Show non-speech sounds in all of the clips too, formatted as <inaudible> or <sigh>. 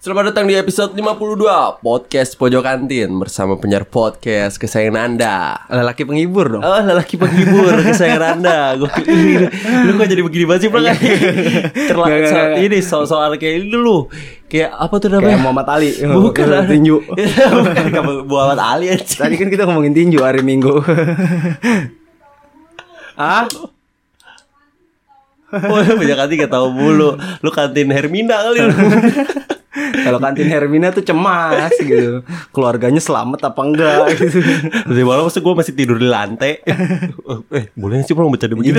Selamat datang di episode 52 Podcast Pojok Kantin Bersama penyiar podcast kesayangan anda Lelaki penghibur dong. Oh lelaki penghibur kesayangan <laughs> anda Gua pikir, Lu kok jadi begini banget sih Bang? Terlalu Nggak, nggak, Iya. saat nggak. ini soal-soal kayak ini dulu Kayak apa tuh namanya Kayak Muhammad Ali. <laughs> Bukan Iya, Eh, tinju. Bukan kamu Muhammad Ali aja Tadi kan kita ngomongin tinju hari Minggu. <laughs> ah? <laughs> Oh Pojok Kantin gak tau mulu Lu kantin Hermina kali <laughs> lu Kalau kantin Hermina tuh cemas gitu. Keluarganya selamat apa enggak gitu. <laughs> Tadi malam masa gue masih tidur di <laughs> lantai Eh boleh nggak sih Bang bercanda begini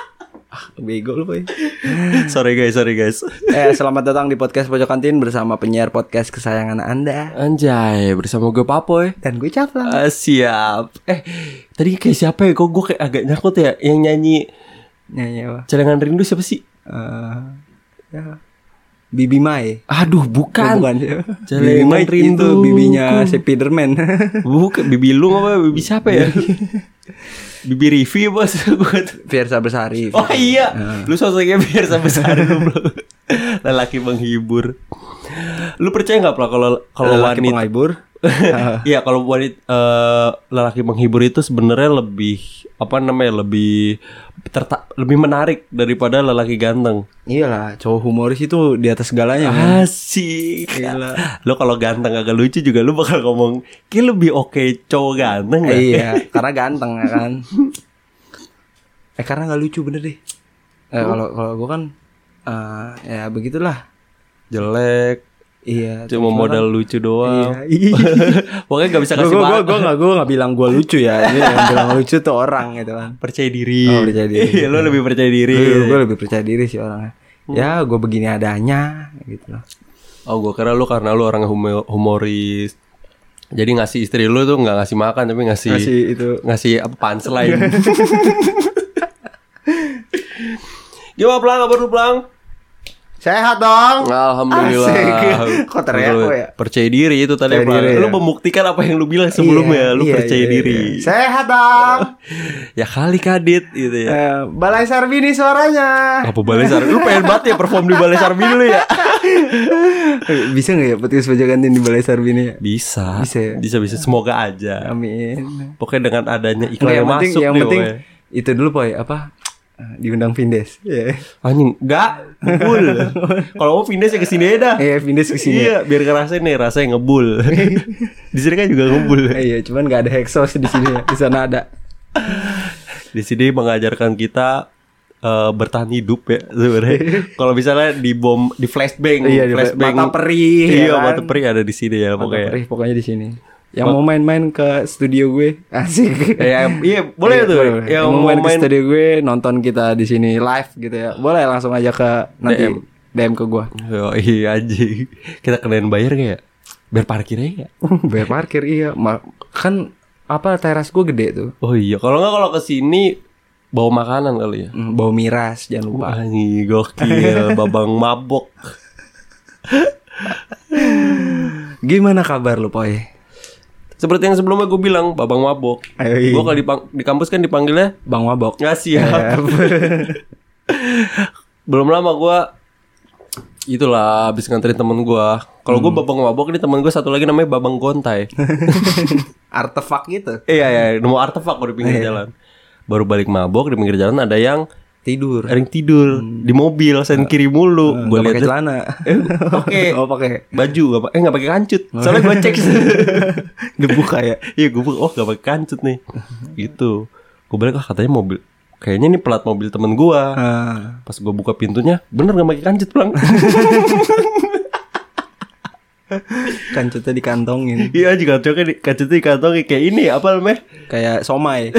<laughs> Bego lu, Boy. <laughs> Sorry guys, sorry guys Eh, selamat datang di podcast Pojok Kantin bersama penyiar podcast kesayangan Anda Anjay, bersama gue Papoy dan gue Caplang. Ah, siap. Eh, tadi kayak siapa ya? Kok gue kayak agak nyangkut ya yang nyanyi Nyanyi apa? Celengan Rindu siapa sih? Ya, Eh, ya. Bibi Mai. Aduh, Oh, bukan. bukan. Celengan itu rinduku. bibinya Spiderman. <laughs> Bukan Bibi Lung apa Bibi siapa ya? <laughs> Bibi Rivi bos <laughs> Fiersa Bersari. Oh iya Lu sosoknya biar sampai sehari lu bro <laughs> Lelaki menghibur Lu percaya gak Pla kalau kalau lelaki wanita <laughs> penghibur. Iya kalau wanita eh, lelaki menghibur itu sebenarnya lebih apa namanya lebih terta- lebih menarik daripada lelaki ganteng. Iyalah, Iya cowok humoris itu di atas segalanya. Ah, men. Asik. Lo kalau ganteng agak lucu juga lu bakal ngomong, "Ki lebih oke cowok ganteng gak?" iya, karena ganteng ya kan. <laughs> Eh karena nggak lucu bener deh. Oh. Eh kalau kalau gue kan eh, ya begitulah. Jelek, Iya. cuma modal lucu doang. Iya. <laughs> Pokoknya gak bisa Gue kasih gue makan. gue nggak gue nggak bilang gue lucu <laughs> ya. Ini yang bilang lucu tuh orang gitu kan. Percaya diri. Oh, percaya diri. Iya, lo lebih percaya diri. Gue lebih percaya diri sih orangnya. Hmm. Ya gue begini adanya gitu loh. Oh, gue kira lu karena lu orang humo- humoris. Jadi ngasih istri lu tuh nggak ngasih makan tapi ngasih ngasih, Masih itu apa punchline. Iya. <laughs> Gimana Plang? Kabar lu Plang? sehat dong. Alhamdulillah. Asik. <laughs> Kok teriak Lu lu ya? Percaya diri itu tadi. Percaya Pak. diri, lu ya. membuktikan apa yang lu bilang sebelumnya. Iya, ya, lu iya, percaya iya, iya. diri. Sehat dong. Ya kali kadit gitu ya. Eh, Balai Sarbini suaranya. Apa Balai Sarbini? Lu pengen banget ya perform di Balai Sarbini lu <laughs> ya? Eh, Bisa nggak ya petis pojok kantin di Balai Sarbini? ya? Bisa. Bisa ya? Bisa bisa. Semoga aja. Amin. Pokoknya dengan adanya iklan yang, Nggak, yang penting, masuk yang nih, penting pokoknya. itu dulu poy apa Eh, diundang Vindes. Iya, Anjing, enggak <laughs> ngebul. Kalau mau pindah saya ke sini aja dah. Iya, Vindes kesini. Iya, biar ngerasain nih rasanya <laughs> ngebul. di sini kan juga ngebul. Eh, Iya, cuman nggak ada Hexos di sini ya. Di sana ada. di sini mengajarkan kita eh, bertahan hidup ya sebenarnya. <laughs> Kalau misalnya di bom di flashbang, Iya, di flashbang mata perih, Iya, ya kan? mata perih ada di sini ya Mantap, pokoknya. Rih, pokoknya di sini. Yang mau main-main ke studio gue, Eh, asik. ya, iya, boleh Iya, tuh. Yang mau main, ke studio gue nonton kita di sini live gitu ya. Boleh langsung aja ke nanti DM. DM, ke gue. Oh, iya anjing. Kita kenain bayar nggak ya? Biar parkirnya ya. <laughs> Bayar parkir iya. Ma- kan apa teras gue gede tuh. Oh iya, kalau nggak kalau ke sini bawa makanan kali ya. Hmm, Bau miras jangan lupa. Wah, nih <laughs> gokil, babang mabok. Gimana kabar lu, Poy? Seperti yang sebelumnya gue bilang, babang mabok. Ayo, iya. Gue kalau di, pang- di kampus kan dipanggilnya Bang Wabok. Ya. Nggak <laughs> Iya. siap. Belum lama gua itulah habis nganterin temen gua. Kalau gua Hmm. babang mabok ini temen gua satu lagi namanya Babang <laughs> Gontai. Artefak gitu. iya iya, nemu artefak gua di Iya. pinggir jalan. Baru balik mabok di pinggir jalan ada yang Tidur. ring tidur Hmm. di mobil sen kiri mulu. Gak gua Eh, pakai lihat <laughs> celana. pakai. Oh, pakai. baju gak, pa- eh nggak pakai kancut. Soalnya gua cek. <laughs> Dibuka ya. Iya gue oh gak pakai kancut nih. gitu. Gue balik ah katanya mobil. Kayaknya ini plat mobil temen gua. Ah. Pas gue buka pintunya, bener gak pakai kancut pulang. Kancutnya kan dikantongin. <laughs> iya juga cocoknya di kacetnya dikantongin kayak ini apa namanya? Kayak somai.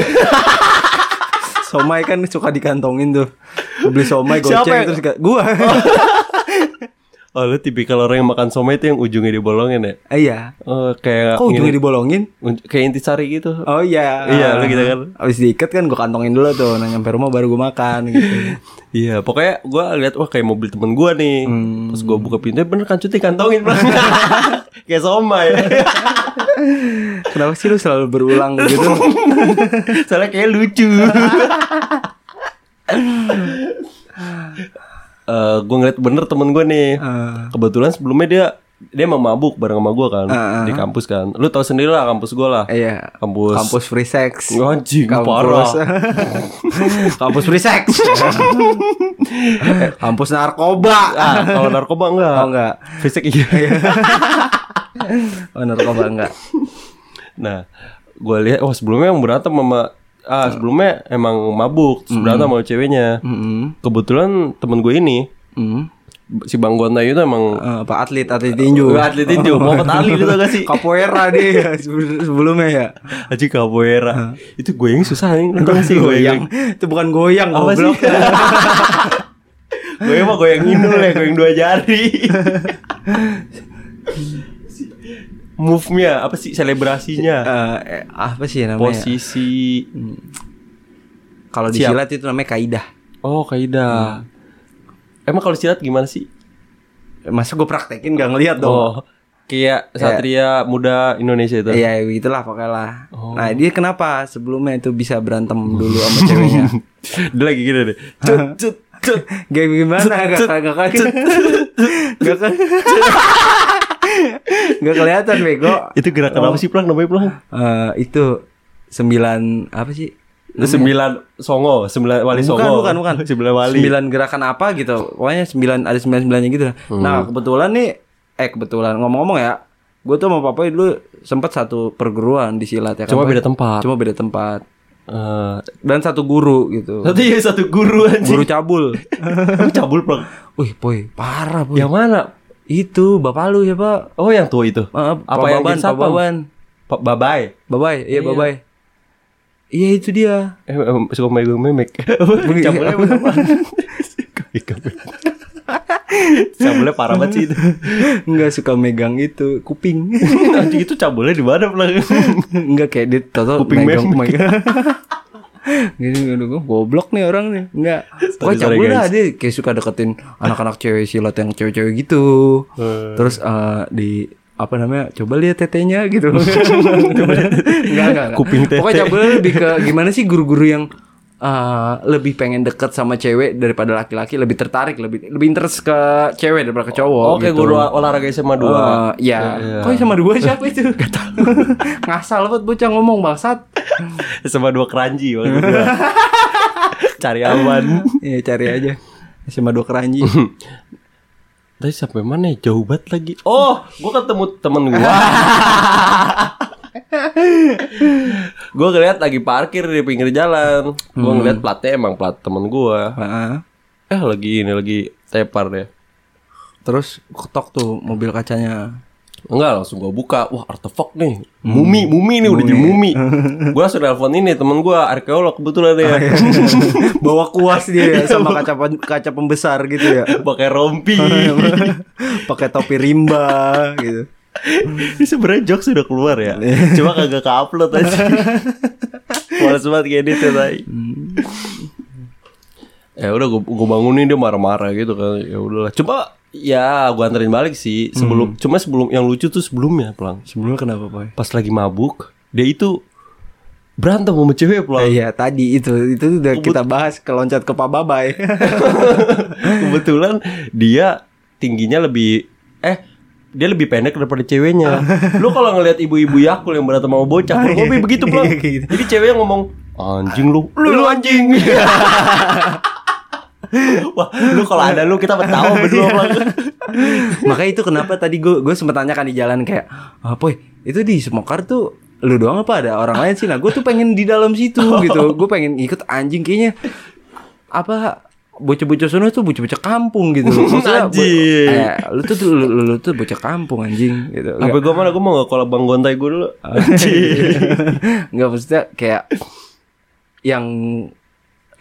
<laughs> somai kan suka dikantongin tuh. Gua beli somai Siapa goceng yang- terus gak, gua. Oh lu tipikal orang yang makan somai itu yang ujungnya dibolongin ya? Ah, <laughs> iya. Oh kayak Kok ujungnya ngini- dibolongin? unj- kayak intisari gitu. Oh iya. Iya, lu gitu kan. Habis diikat kan gua kantongin dulu tuh, nah nyampe rumah baru gua makan gitu. <laughs> Iya pokoknya gue lihat wah kayak mobil temen gue nih. Terus Hmm. gue buka pintunya bener kancutnya dikantongin pulang. <laughs> kayak somai. <laughs> Kenapa sih lu selalu berulang gitu? <laughs> Soalnya kayak lucu. <laughs> eh gue ngeliat bener temen gue nih kebetulan sebelumnya dia dia emang mabuk bareng sama gue kan di kampus kan lu tahu sendiri lah kampus gue lah Iya. kampus Kampus free sex. Anjing, parah. Kampus. <laughs> Kampus free <laughs> sex. Kampus narkoba. ah, kalau narkoba enggak. Oh enggak. Fisik iya. <laughs> Oh narkoba enggak. nah, gue lihat oh sebelumnya emang berantem sama ah sebelumnya emang mabuk, terus berantem sama ceweknya. Mm-mm. Kebetulan temen gue ini Hmm. Mm. si Bang Gonda itu emang Eh, apa atlet atlet tinju? Oh. Gua Eh, atlet tinju, Muhammad Ali gitu gak sih? Capoeira dia <laughs> sebelum- sebelumnya ya. Aji Capoeira. Itu gue Ah. yang susah nih, lu tau gak sih goyang. Itu bukan goyang, Apa sih? goblok. <laughs> gue emang goyang indul ya, goyang dua jari. Move-nya apa sih <laughs> Eh, selebrasinya? eh, apa sih ya? namanya? Posisi Kalau di Siap. silat itu namanya kaidah. Oh kaidah. Hmm. Emang kalau silat gimana sih? Masa gue praktekin gak ngeliat dong. Oh, kayak satria muda Indonesia itu. Iya, begitulah pakailah. Oh. Nah, dia kenapa sebelumnya itu bisa berantem dulu sama ceweknya? <laughs> Dia lagi gini deh. <laughs> Cut, <laughs> cut, cut. <laughs> Gak gimana kakak kakak <laughs> Gak ke- <laughs> Gak kelihatan bego Itu gerakan apa sih pelang namanya pelang? Eh, Itu Sembilan Apa sih Sembilan songo, sembilan wali Bukan songo. bukan <laughs> bukan Sembilan wali. Sembilan gerakan apa gitu Pokoknya sembilan Ada sembilan-sembilannya gitu lah. Hmm. Nah kebetulan nih Eh kebetulan Ngomong-ngomong ya Gue tuh sama papa dulu sempet satu perguruan di silat ya kan, Cuma Pak? beda tempat. Cuma beda tempat Eh, Dan satu guru gitu satu ya satu guru anjing. Guru cabul <laughs> Emang cabul pelang. Wih boy parah boy Yang mana? Itu bapak lu ya pak Oh yang tua itu. Eh, apa Pak yang Baban, jadi Pak satpam? Baban. Pak Babai. Babai, iya Babai. Iya itu dia. Eh, em, suka megang <laughs> memek. Cabulnya emang apa? <laughs> Cabulnya parah banget sih itu. Enggak suka megang itu kuping. <laughs> Anjing itu cabulnya di mana pelang? Enggak kayak dia toto Kuping megang memek. megang. <laughs> Gini aduh, gua goblok nih orang nih. Enggak. Wah, Sorry, sorry, cabul dah guys. dia kayak suka deketin anak-anak cewek silat yang cewek-cewek gitu. Eh. Terus eh, di apa namanya? Coba lihat tetenya gitu. <laughs> Coba lihat. enggak, enggak, enggak. Kuping tete. Pokoknya cabul lebih ke gimana sih guru-guru yang eh, lebih pengen deket sama cewek daripada laki-laki lebih tertarik lebih lebih interest ke cewek daripada ke cowok Oke, gitu. guru olahraga SMA 2. Eh, Iya Kok sama dua siapa itu? <laughs> Gak tau Ngasal banget bocah ngomong bangsat SMA 2 keranji waktu <laughs> itu. Cari aman. <laughs> Iya cari aja Sama dua <laughs> keranji Tadi sampai mana ya? Jauh banget lagi. Oh, gua ketemu temen <laughs> gua. gua ngeliat lagi parkir di pinggir jalan. Gua ngeliat platnya emang plat temen gua. Heeh. Eh, lagi ini lagi tepar ya. deh. Terus ketok tuh mobil kacanya Enggak langsung gua buka Wah artefak nih Mumi Mumi nih udah jadi Hmm. mumi <laughs> Gue langsung nelfon ini temen gua Arkeolog kebetulan ya <laughs> Bawa kuas dia ya, sama kaca pen- kaca pembesar gitu ya <laughs> Pakai rompi <laughs> Pakai topi rimba gitu Ini sebenernya jokes sudah keluar <laughs> ya Cuma kagak ke-upload <laughs> aja Males banget kayak gitu tai Ya udah gua, gua bangunin dia marah-marah gitu kan Ya udahlah Cuma ya gua anterin balik sih sebelum Cuma sebelum yang lucu tuh sebelumnya pelang Sebelumnya kenapa Pak? Pas lagi mabuk Dia itu Berantem sama cewek pelang Iya tadi itu Itu udah kita bahas Keloncat ke Pak <laughs> Babai <laughs> Kebetulan dia tingginya lebih eh dia lebih pendek daripada ceweknya. Lu kalau ngelihat ibu-ibu yakul yang berantem sama bocah, kalau gue begitu bro. Iya, kayak gitu. Jadi ceweknya ngomong anjing lu, lu, lu anjing. <laughs> Wah, lu kalau ada lu kita ketawa berdua Bang. Makanya itu kenapa tadi gue gue sempat tanyakan kan di jalan kayak, "Ah, Poy, itu di Semokar tuh lu doang apa ada orang lain sih?" Nah, gue tuh pengen di dalam <laughs> situ gitu. Gue pengen ikut anjing kayaknya apa bocah-bocah sono tuh bocah-bocah kampung <laughs> gitu. Maksudnya, bo- Anjing. eh, lu tuh lu, lu, lu tuh bocah kampung anjing <laughs> gitu. Apa gue mana gue mau nggak kalau bang gontai gue dulu. Anjing. Enggak maksudnya kayak yang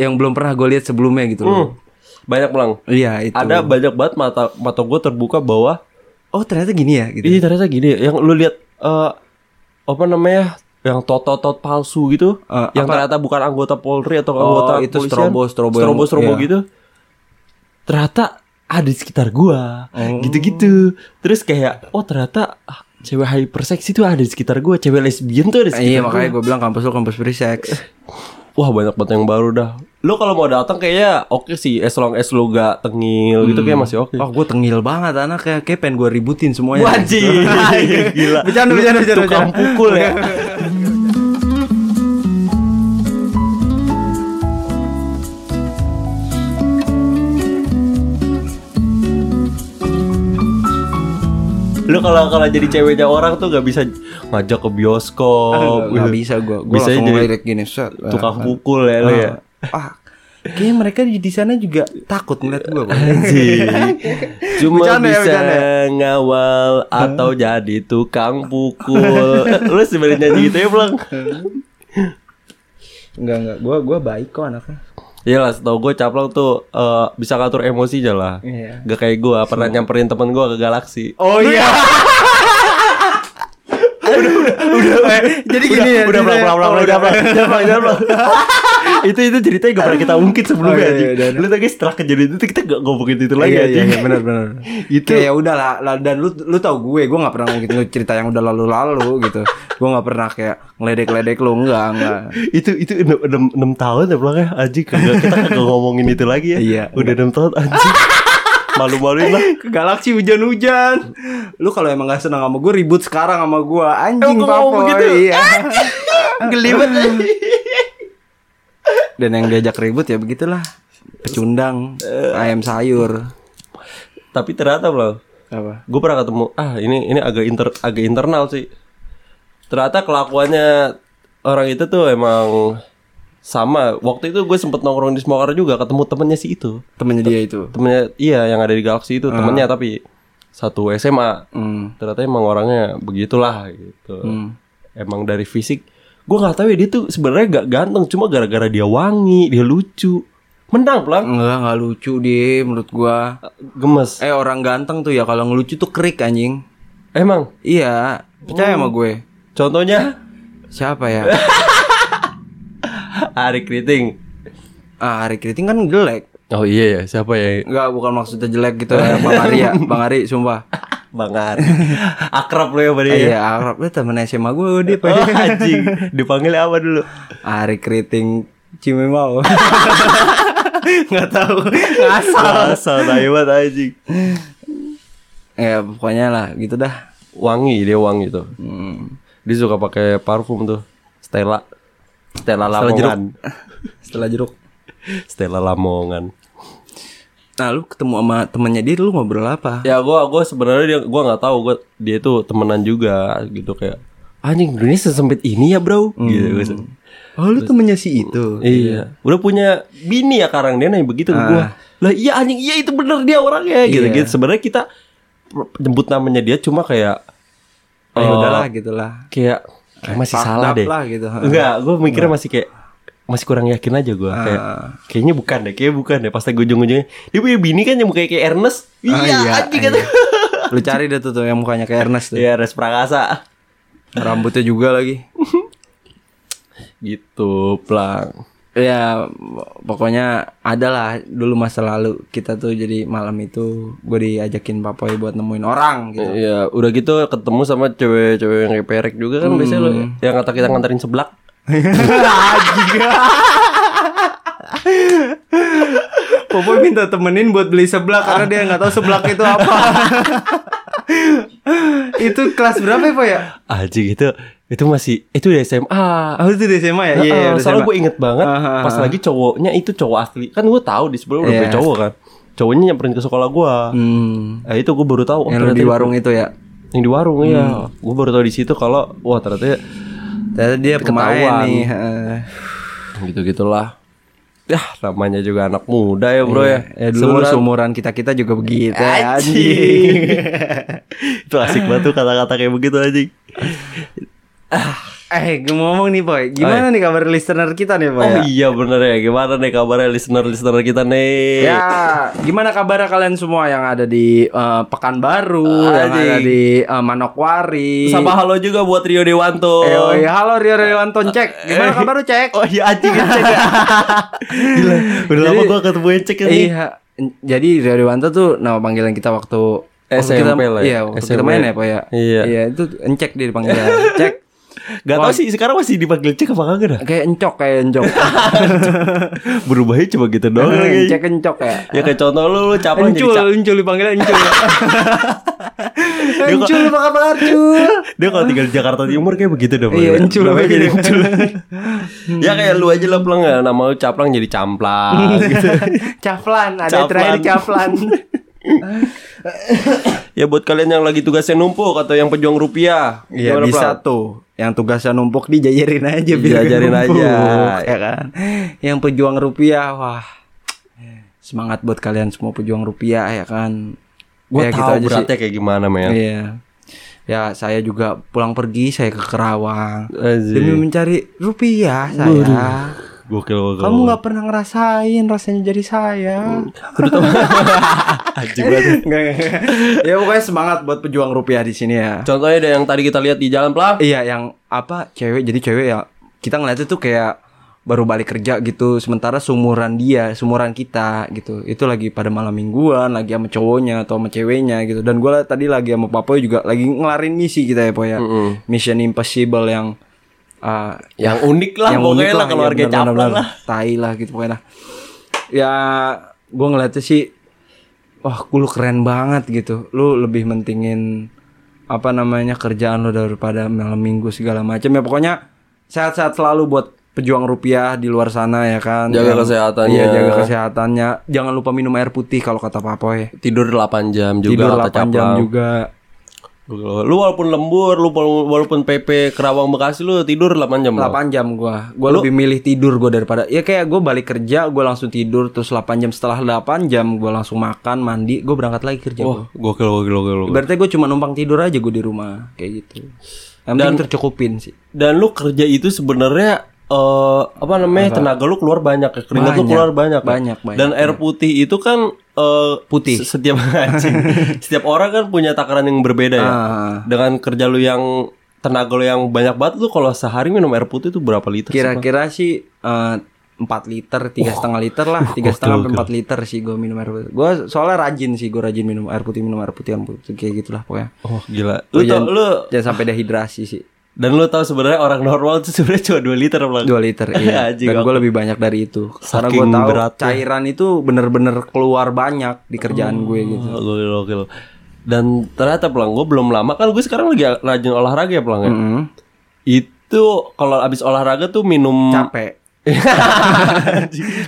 yang belum pernah gue lihat sebelumnya gitu. Hmm. Banyak pulang. Iya, itu. Ada banyak banget mata mata gue terbuka bahwa Oh, ternyata gini ya gitu. Iya ternyata gini ya, yang lu lihat eh apa namanya yang tot-tot palsu gitu, Eh, yang apa? ternyata bukan anggota Polri atau Oh, anggota itu kepolisian, strobo- strobo yang- strobo, strobo iya. gitu, ternyata ada di sekitar gua, Oh. gitu-gitu. Terus kayak oh ternyata ah, cewek hyperseksi tuh ada di sekitar gua, cewek lesbian tuh ada di sekitar Iya, gua. makanya gue bilang kampus lu kampus free sex. Wah banyak banget yang baru dah. lu kalau mau datang kayaknya oke sih as long as lu gak tengil gitu kayak masih oke. Oh gue tengil banget anak kayak, kayak pengen gue ributin semuanya Wajib. Eh, <laughs> Gila. Bercanda, bercanda, Lu bercanda, Tukang bercanda. pukul ya. Lu kalau kalau jadi ceweknya orang tuh gak bisa ngajak ke bioskop. Aduh, Ah, nggak bisa gue Gue Bisa langsung jadi ngelirik gini set, eh, tukang kan. pukul ya lu ya. Ah, kayaknya mereka di di sana juga takut ngeliat gue. Anjing. <laughs> Cuma Bercanda ya, bisa bercanda ngawal atau jadi tukang <laughs> pukul. Eh, Lu sebenarnya nyanyi gitu ya, Blang? Enggak enggak, gue gue baik kok anaknya. Iyalah, tau gue Caplang tuh eh, bisa ngatur emosinya lah. Iya. Gak kayak gue pernah nyamperin temen gue ke galaksi. Oh iya. udah, udah, udah. Jadi gini ya. udah, Blang, jadi saya- Blang, Blang, oh, udah, Blang, udah, Blang, udah, Blang. <laughs> itu itu ceritanya gak pernah kita ungkit sebelumnya Oh, iya, anjing. iya, udah, Lu tadi setelah kejadian itu kita gak ngomongin itu lagi Iya, iya, anjing. iya, benar <laughs> benar. Itu- Itu ya udah lah, lah, dan lu lu tau gue, gue nggak pernah ngomongin lu <laughs> cerita yang udah lalu-lalu gitu. Gue nggak pernah kayak ngeledek-ledek lu enggak, enggak. itu itu enam, enam, enam tahun ya Blang ya anjing kagak kita kagak ngomongin itu lagi ya Iya. udah enam tahun anjing malu-maluin lah Ke galaksi hujan-hujan. Lu kalau emang gak senang sama gue ribut sekarang sama gue. Anjing Emang gua ngomong papoy. begitu? <laughs> Iya. Dan yang diajak ribut ya begitulah. Pecundang, ayam sayur. tapi ternyata Blang Apa? gue pernah ketemu ah ini ini agak inter agak internal sih ternyata kelakuannya orang itu tuh emang sama waktu itu gue sempet nongkrong di smoker juga ketemu temennya si itu Temennya dia itu. temennya iya yang ada di galaksi itu temennya tapi satu SMA Hmm. ternyata emang orangnya begitulah gitu emang dari fisik gue nggak tahu ya dia tuh sebenarnya gak ganteng cuma gara-gara dia wangi dia lucu menang pelang Enggak, enggak lucu dia menurut gua. gemes Eh orang ganteng tuh ya kalau ngelucu tuh kerik anjing. emang Iya, percaya sama gue. contohnya <laughs> Siapa ya? Ari Kriting ah, Ari Kriting kan jelek. oh iya ya siapa ya Enggak, bukan maksudnya jelek gitu ya, Bang Ari ya. Bang Ari, sumpah. Bang Ari akrab lo ya sama dia ya? Iya, Arab dia temen SMA gue <laughs> dia Pak. oh, anjing dipanggil apa dulu Ari Kriting Cimemau. Nggak tahu. Asal. asal taiwan anjing Ya pokoknya lah gitu dah. wangi dia wangi tuh dia suka pakai parfum tuh Stella Stella Lamongan <laughs> Setelah jeruk. Stella Lamongan Nah lu ketemu sama temennya dia lu ngobrol apa? ya gua gua sebenarnya dia gua nggak tahu gua dia itu temenan juga gitu kayak anjing dunia sesempit ini ya bro gitu gua se- Oh lu temennya si itu. iya udah punya bini ya karang dia nanya begitu ke gua lah iya anjing iya itu bener dia orangnya gitu gitu sebenarnya kita pr- nyebut namanya dia cuma kayak Oh, eh, udahlah gitu lah. kayak, kayak masih fucked salah up deh lah gitu. enggak gua mikirnya masih kayak masih kurang yakin aja gua kayak Ah. kayaknya bukan deh kayaknya bukan deh pas gue ujung-ujungnya dia punya bini kan yang mukanya kayak Ernest iya, Ah, iya, anjing kata Lu cari deh tuh, tuh yang mukanya kayak Ernest tuh. Iya, Ernest Prakasa. Rambutnya juga lagi. gitu plang Ya pokoknya adalah dulu masa lalu kita tuh jadi malam itu gue diajakin papoy buat nemuin orang gitu. Iya, udah gitu ketemu sama cewek-cewek yang kayak perek juga kan biasanya lo Hmm. yang kata kita nganterin seblak. Popoy minta temenin buat beli seblak karena dia nggak tahu seblak itu <laughs> apa. itu kelas berapa ya, Pak ya? Aji gitu, itu masih itu di SMA. Oh, itu di SMA ya? Iya, Heeh, udah soalnya SMA. gue inget banget Ah, ah, pas lagi cowoknya itu cowok asli. Kan gue tahu di sebelum udah Iya. punya cowok kan. Cowoknya nyamperin ke sekolah gua. Hmm. Nah, itu gue baru tahu oh, Yang lu di ternyata- warung itu ya. Yang di warung iya. ya. Gue baru tahu di situ kalau wah ternyata ya, Ternyata dia Ketahuan. pemain nih. heeh. <sighs> gitu-gitulah. Yah, namanya juga anak muda ya, Bro ya. Ya dulu seumuran kita-kita juga begitu ya, anjing. itu asik banget tuh kata-kata kayak begitu anjing. <laughs> Eh, gue mau ngomong nih, Boy. Gimana nih kabar listener kita nih, Boy? Oh ya? iya bener ya Gimana nih kabarnya listener-listener kita nih Ya, gimana kabar kalian semua yang ada di eh, Pekanbaru, yang Anjing. ada di eh, Manokwari? Sama halo juga buat Rio Dewanto Eh, oh, iya. halo Rio Rewanton cek. Eh. Gimana kabar lu cek? Oh iya anjing Encek <laughs> ya. Gila Udah lama Jadi- gue ketemu Encek ya nih Iya. Jadi Rio Rewanto tuh nama panggilan kita waktu waktu SMP kita, lah ya. Iya, waktu SMP. kita main ya, Pak ya. Iya. <laughs> itu encek dia dipanggil. cek. Gak tau sih sekarang masih dipanggil cek apa kagak dah. Kayak encok kayak encok. <laughs> Berubahnya cuma gitu <laughs> doang lagi. <laughs> Cek encok ya. Ya kayak contoh lu lu caplan jadi Encul, cak. encul dipanggilnya encul. ya? <laughs> Dia kok- encul apa kabar, <laughs> Cul? Dia kalau tinggal di Jakarta Timur kayak begitu dong. Iya, encul Hmm. Namanya begitu. <laughs> jadi encul. ya kayak lu aja lah pelang ya nama lu caplang jadi Hmm. camplang <laughs> gitu. Caflan, ada Caflan. terakhir Caflan. <laughs> Ya buat kalian yang lagi tugasnya numpuk atau yang pejuang rupiah. Iya gimana, bisa Plang? tuh. Yang tugasnya numpuk dijajarin aja biar Dijajarin gak numpuk, aja. ya kan. Yang pejuang rupiah, wah. Semangat buat kalian semua pejuang rupiah ya kan. Gua Ya, gitu tahu aja sih. beratnya kayak gimana men. Iya. Ya, saya juga pulang pergi saya ke Kerawang Aziz. demi mencari rupiah saya. Gokil gokil. Kamu nggak pernah ngerasain rasanya jadi saya. Anjing banget. <laughs> Nggak, nggak, nggak. <laughs> ya pokoknya semangat buat pejuang rupiah di sini ya. Contohnya deh yang tadi kita lihat di jalan pelang. Iya, yang apa cewek jadi cewek ya kita ngeliatnya tuh kayak baru balik kerja gitu sementara sumuran dia sumuran kita gitu itu lagi pada malam mingguan lagi sama cowoknya atau sama ceweknya gitu dan gue tadi lagi sama papoy juga lagi ngelarin misi kita ya po ya mission impossible yang uh, Yang unik lah pokoknya unik lah ya, keluarga benar-benar, caplang lah. tai lah gitu pokoknya lah. ya gue ngeliatnya sih wah lu keren banget gitu lu lebih mentingin apa namanya kerjaan lu daripada malam minggu segala macam ya pokoknya sehat-sehat selalu buat pejuang rupiah di luar sana ya kan Jaga Yang- kesehatannya. iya jaga kesehatannya jangan lupa minum air putih kalau kata papoy Tidur 8 jam juga tidur kata 8 jam caplang. juga Gokil. Lu walaupun lembur, lu wala- walaupun PP Kerawang Bekasi lu tidur 8 jam. lah. 8 jam gua. Gua lebih milih tidur gua daripada ya kayak gua balik kerja gua langsung tidur terus 8 jam setelah 8 jam gua langsung makan, mandi, gua berangkat lagi kerja. gua. Wah, gokil gokil gokil. gokil. Berarti gua cuma numpang tidur aja gua di rumah kayak gitu. Yang penting tercukupin sih. Dan lu kerja itu sebenarnya eh apa namanya? Tenaga lu keluar banyak ya. Keringat lu Banyak. keluar banyak. ya. Banyak, banyak. Dan air putih itu kan eh Putih. se- setiap <laughs> anjing. setiap orang kan punya takaran yang berbeda ya. Ah. Dengan kerja lu yang tenaga lu yang banyak banget lu kalau sehari minum air putih itu berapa liter? sih? Kira-kira sih eh, 4 liter, tiga setengah liter lah, tiga setengah sampai empat liter sih gua minum air putih. Gua soalnya rajin sih, gua rajin minum air putih, minum air putih, air putih kayak gitulah pokoknya. Oh, gila. Lu tau, lu Jangan sampai dehidrasi sih. dan lu tahu sebenarnya orang normal itu sebenarnya cuma 2 liter Bang. 2 <laughs> liter iya Anjing, dan gue lebih banyak dari itu karena Saking gue tahu beratnya. cairan itu bener-bener keluar banyak di kerjaan gue gitu Oh, Gokil, gokil. Dan ternyata pelang gue belum lama kan gue sekarang lagi rajin olahraga ya pelang ya. Mm-mm. Itu kalau abis olahraga tuh minum capek <laughs>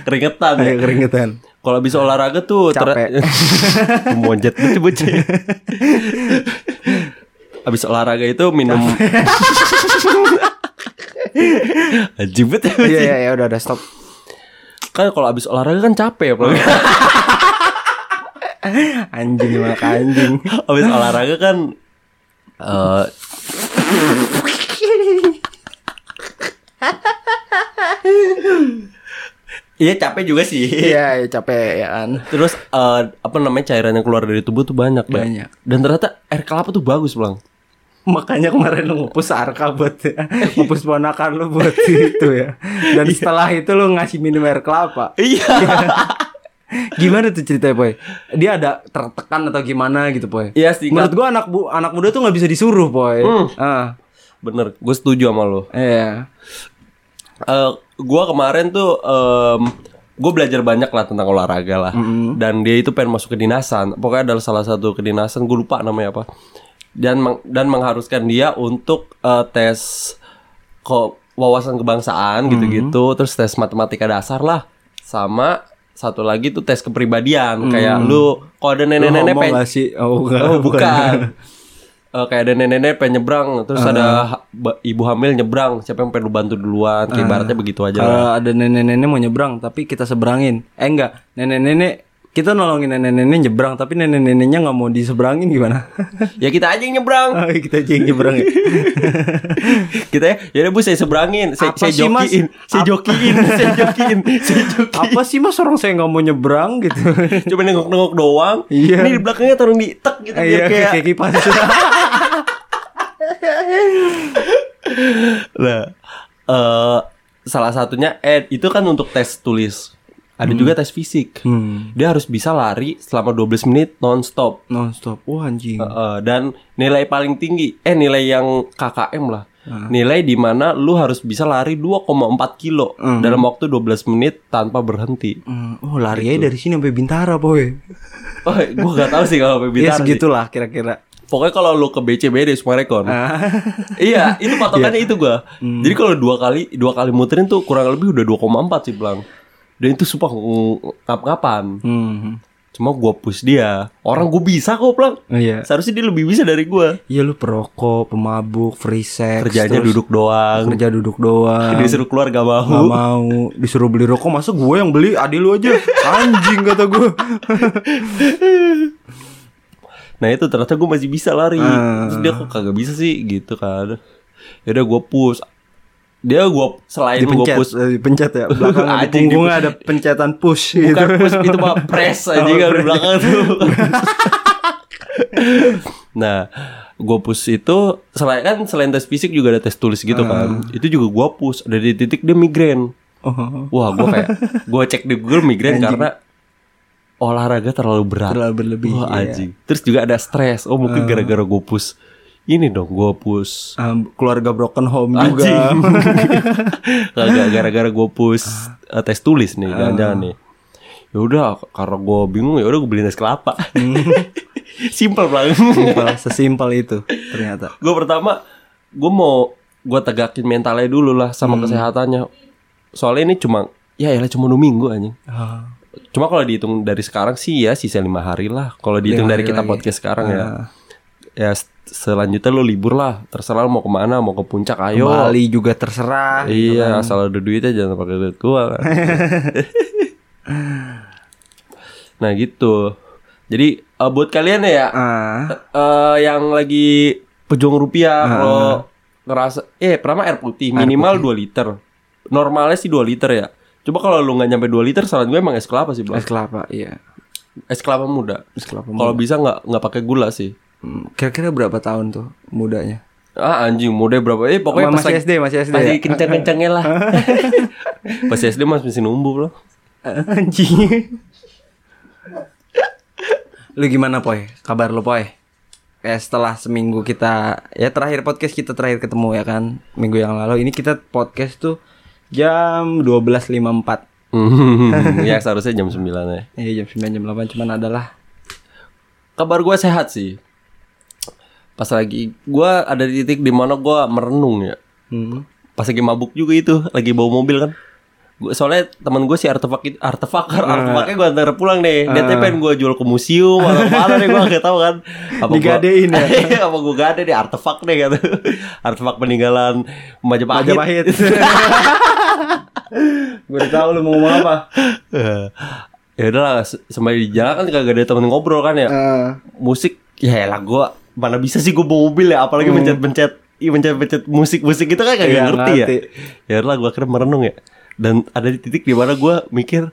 keringetan ya. kayak keringetan Kalau abis olahraga tuh ter- <laughs> gitu, Capek. monjet bocil bocil. abis olahraga itu minum. <laughs> Ajib banget ya, <laughs> iya bocil. <laughs> iya iya, udah udah stop Kan kalau abis olahraga kan capek ya <laughs> pelang. anjing malah anjing Abis olahraga kan eh Iya capek juga sih. iya iya capek ya kan Terus eh, apa namanya cairan yang keluar dari tubuh tuh banyak Bang. Banyak. Dan ternyata air kelapa tuh bagus bang. makanya kemarin lu ngupus arka buat ya. <laughs> ngupus ponakan lu <laughs> buat itu ya dan setelah itu lu ngasih minum air kelapa Iya. Gimana tuh ceritanya, Boy? Dia ada tertekan atau gimana gitu, Boy? Iya, singkat. Menurut gua anak bu anak muda tuh nggak bisa disuruh, Boy. Ah, <laughs> Bener. Gue setuju sama lo. iya. Eh gue kemarin tuh gue belajar banyak lah tentang olahraga lah. Dan dia itu pengen masuk kedinasan. Pokoknya adalah salah satu kedinasan. Gue lupa namanya apa. Dan meng- dan mengharuskan dia untuk eh, tes kok wawasan kebangsaan gitu-gitu. Terus tes matematika dasar lah. Sama satu lagi tuh tes kepribadian. Kayak lu kalau ada nenek-nenek Lu pengen ngomong gak sih? Oh, enggak. <laughs> Oh bukan. Eh, kayak ada nenek-nenek pengen nyebrang Ah. Terus ada ha- ba- ibu hamil nyebrang Siapa yang perlu bantu duluan Ah. Kayak ibaratnya begitu aja lah. Kalau ada nenek-nenek mau nyebrang tapi kita seberangin. Eh enggak, nenek-nenek kita nolongin nenek-nenek nyebrang tapi nenek-neneknya nggak mau diseberangin gimana? <laughs> Ya kita aja yang nyebrang Ah, kita aja yang nyebrang <laughs> ya. Kita ya Yaudah bu saya seberangin Saya, Apa saya sih, Mas? jokiin Saya jokiin <laughs> Saya jokiin Saya jokiin Apa sih Mas orang saya nggak mau nyebrang <laughs> gitu? Cuma nengok-nengok doang Iya. Ini di belakangnya taruh di tek gitu biar Iya, kayak kayak kipas. <laughs> Nah, eh, salah satunya eh itu kan untuk tes tulis. Ada Hmm. juga tes fisik. Dia harus bisa lari selama 12 menit nonstop. Nonstop. Wah, anjing. Eh, dan nilai paling tinggi eh nilai yang KKM lah Hmm. Nilai di mana lu harus bisa lari 2,4 kilo dalam waktu 12 menit tanpa berhenti. Hmm, oh lari Gitu. aja dari sini sampai Bintara boy. Oh, gua gak tahu sih kalau sampai Ya Bintara sih. segitulah kira-kira. <laughs> Pokoknya kalau lu ke BCBD Sumarekon. Ah. <laughs> iya, itu patokannya itu gua. Hmm. Jadi kalau dua kali dua kali muterin tuh kurang lebih udah 2,4 sih bilang. Dan itu sumpah ng- ngap-ngapan. Hmm. Cuma gua push dia. Orang gua bisa kok, Plang. Oh, Iya. Seharusnya dia lebih bisa dari gua. Iya lu perokok, pemabuk, free sex. Kerjanya terus duduk doang. Kerja duduk doang. Disuruh keluar gak mau. Gak mau disuruh beli rokok masa gue yang beli adik lu aja anjing kata <laughs> gue Nah itu ternyata gue masih bisa lari Ah. Terus dia kok kagak bisa sih gitu kan Yaudah gue push Dia gue selain gue dipencet push eh, dipencet ya <laughs> belakang di Anjing, punggungnya dipencet. ada pencetan push gitu Oh, Bukan push itu mah press aja kan di belakang tuh Nah gue push itu selain kan selain tes fisik juga ada tes tulis gitu Ah. kan Itu juga gue push Dari titik dia migrain <laughs> oh, Wah gue kayak Gue cek di Google migrain karena Olahraga terlalu berat terlalu berlebih Wah iya. Ah. anjing. Terus juga ada stres. Oh mungkin gara-gara gue push. Ini dong gue push. Um, keluarga broken home Anjing. <laughs> juga Kagak, gara-gara gue push eh, tes tulis nih Ah. jangan-jangan nih. Ya udah karena gue bingung ya udah gue beli es <laughs> kelapa. Simple <laughs> banget. <laughs> simpel sesimpel itu ternyata gue pertama gue mau gue tegakin mentalnya dulu lah sama Hmm. kesehatannya. Soalnya ini cuma ya ya cuma dua minggu anjing. Ah, Cuma kalau dihitung dari sekarang sih ya sisa lima hari lah. Kalau dihitung Lima dari hari kita lagi. Ah. podcast sekarang ya. Ya s- selanjutnya lo libur lah. Terserah lo mau kemana, mau ke puncak ayo. Bali juga terserah Iya, kan. asal ada duitnya jangan pakai duit <laughs> gua. kan. nah gitu. Jadi eh, buat kalian ya Ah, eh, yang lagi pejuang rupiah kalau ngerasa eh pertama air putih minimal 2 liter. Normalnya sih 2 liter ya. Coba kalau lu nggak nyampe 2 liter saran gue emang es kelapa sih, Bang. es kelapa iya Es kelapa muda. es kelapa Kalau bisa nggak nggak pakai gula sih. Hmm, kira-kira berapa tahun tuh mudanya Ah anjing muda berapa? Eh pokoknya pas masih lagi- SD masih SD masih ya? kenceng-kencengnya <laughs> lah. pas SD masih masih numbu loh. Anjing. lu gimana poy? Kabar lu poy? Kayak setelah seminggu kita ya terakhir podcast kita terakhir ketemu ya kan minggu yang lalu ini kita podcast tuh jam 12.54 ya seharusnya jam 9 ya. Iya jam 9 jam 8 cuman adalah Kabar gue sehat sih. Pas lagi gue ada di titik dimana gue merenung ya. hmm. Pas lagi mabuk juga itu, lagi bawa mobil kan. Gua, soalnya teman gue si artefak it- artefakar Ah. artefaknya gue antar pulang nih. Dia tuh pengen gue jual ke <laughs> museum atau mana nih gue gak tahu kan. Apa gua- Digadein ya? <laughs> Iya, apa gue gade deh artefak deh gitu. <laughs> artefak peninggalan Majapahit. Majapahit. <laughs> Gue udah tahu lu mau ngomong apa. Eh, <laughs> ya udahlah se- sembari di jalan kan kagak ada temen ngobrol kan ya. Eh, musik ya elah gue mana bisa sih gue bawa mobil ya apalagi mencet mencet iya, mencet mencet musik musik itu kan kagak Hmm. Iya, ngerti ya ngerti. ya lah gue akhirnya merenung ya dan ada di titik di mana gue mikir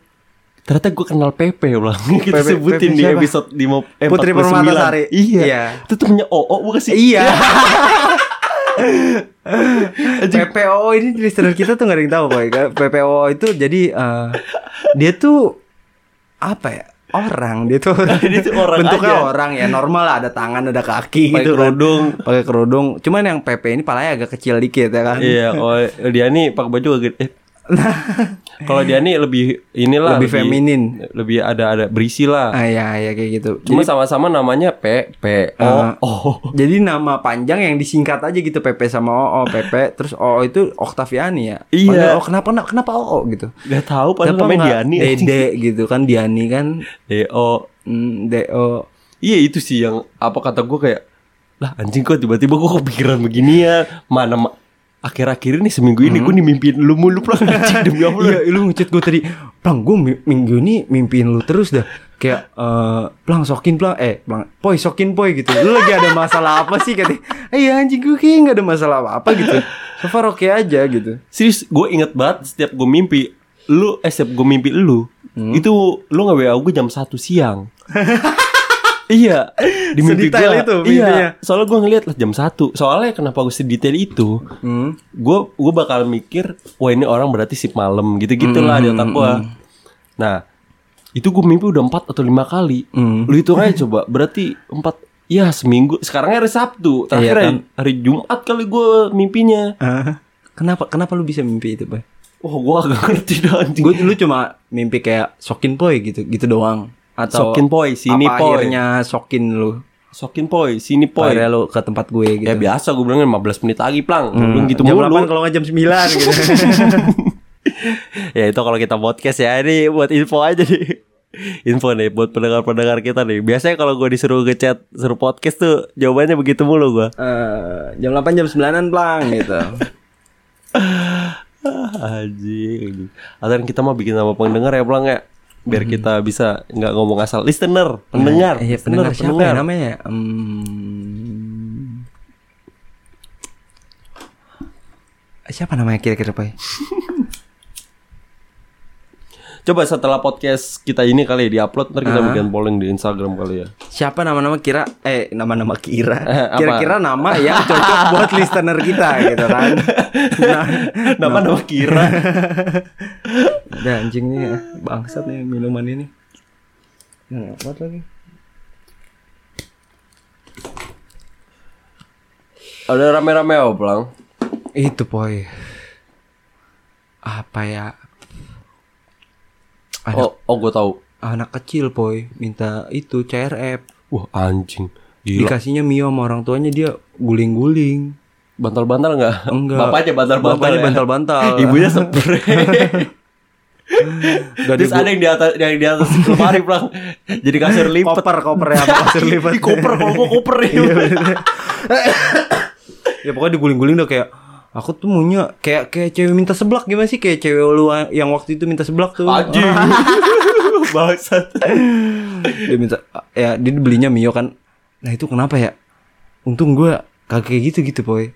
ternyata gue kenal Pepe ulang <laughs> kita Pepe- sebutin Pepe di siapa? episode di mo- eh, Putri 49. Permatasari. iya, Iya. itu temennya Oo bukan sih <laughs> iya. PPO ini listener kita tuh gak ada yang tahu Boy. PPO itu jadi eh, dia tuh apa ya? Orang dia tuh <laughs> Dia tuh orang bentuknya aja. orang ya normal lah ada tangan ada kaki Pakai gitu kan. kerudung. pakai kerudung cuman yang PP ini palanya agak kecil dikit ya kan iya oh dia nih pakai baju agak eh. kalau dia nih lebih inilah Lebih feminin. lebih ada ada berisi lah <laughs> ah, ya ya kayak gitu cuma sama-sama namanya P P O Ah. <laughs> O jadi nama panjang yang disingkat aja gitu PP sama OO PP terus OO itu Oktaviani ya Iya. Padahal, "Oh, kenapa kenapa OO gitu Gak tahu padahal Kenapa namanya nggak Diani Dede gitu kan Diani kan D-O mm, DO Eh, oh, Iya itu sih yang Apa kata gue kayak Lah anjing kok tiba-tiba gue kepikiran beginian Mana ma- Akhir-akhir ini seminggu ini Gue dimimpiin lu mulu pulang anjing demi Iya, Allah lu ngechat gue tadi, Plang, gue mi- minggu ini mimpiin lu terus dah. Kayak, eh, Plang, sokin, Plang. Eh, Plang, Poi, sokin, Poi gitu. Lu lagi ada masalah apa sih? Katanya, iya anjing gue kayaknya gak ada masalah apa-apa gitu. So far oke aja gitu. Serius gue inget banget Setiap gue mimpi Lu eh, setiap gue mimpi lu Itu lu gak WA gue jam 1 siang Iya Di mimpi Sedetail gue itu mimpinya. Iya Soalnya gue ngeliat lah jam 1 Soalnya kenapa gue sedetail itu Hmm. gue gue bakal mikir wah ini orang berarti sip malam gitu gitulah di otak gue nah itu gue mimpi udah empat atau lima kali Hmm. lu hitung aja coba berarti empat Ya seminggu Sekarang hari Sabtu Terakhir hari, Iya, hari Jumat kali gue mimpinya Hah? kenapa kenapa lu bisa mimpi itu, Boy? Wah gue agak <laughs> ngerti dah anjing Gue lu cuma mimpi kayak sokin poi gitu, gitu doang. Atau Sokin poi, sini apa poi. akhirnya sokin lu. Sokin poi Sini poi Akhirnya lu ke tempat gue gitu. Ya biasa gue bilangnya 15 menit lagi plang Belum gitu Mm. jam mulu 8 kalau nggak jam 9 <laughs> gitu. <laughs> ya itu kalau kita podcast ya ini buat info aja nih info nih buat pendengar-pendengar kita nih biasanya kalau gue disuruh ngechat suruh podcast tuh jawabannya begitu mulu gue Eh, jam 8 jam 9-an pelang gitu. ah, <sighs> anjing atau kita mah bikin sama pendengar ya pulang ya biar kita bisa nggak ngomong asal listener pendengar Iya, listener, pendengar siapa ya namanya? Hmm. Siapa namanya kira-kira, Boy? coba setelah podcast kita ini kali ya diupload ntar kita Ah. bikin polling di Instagram <laughs> kali ya Siapa nama-nama kira eh nama-nama kira Eh, apa? kira-kira nama yang <laughs> cocok buat listener kita gitu kan. Nah, nama nama <laughs> kira udah anjing nih ya, bangsat nih minuman ini. Nah, buat lagi. ada rame-rame apa pulang Itu boy. Apa ya? Ada oh oh gue tahu anak kecil boy minta itu CRF. wah anjing gila Dikasihnya Mio sama orang tuanya dia guling-guling. bantal-bantal nggak Enggak. bapaknya bantal-bantal Bapaknya ya? bantal-bantal. <laughs> ibunya <laughs> spray Gak Terus ada yang di atas yang di atas lemari pulang jadi kasur lipat. koper koper <laughs> ya apa kasir lipat. Di koper kalau gua koper nih. Iya, <laughs> ya pokoknya diguling-guling udah kayak aku tuh maunya kayak kayak cewek minta seblak gimana sih kayak cewek lu yang waktu itu minta seblak tuh <laughs> Anjing. Bangsat. Oh, dia minta ya dia belinya mio kan nah itu kenapa ya untung gua kagak kayak gitu gitu boy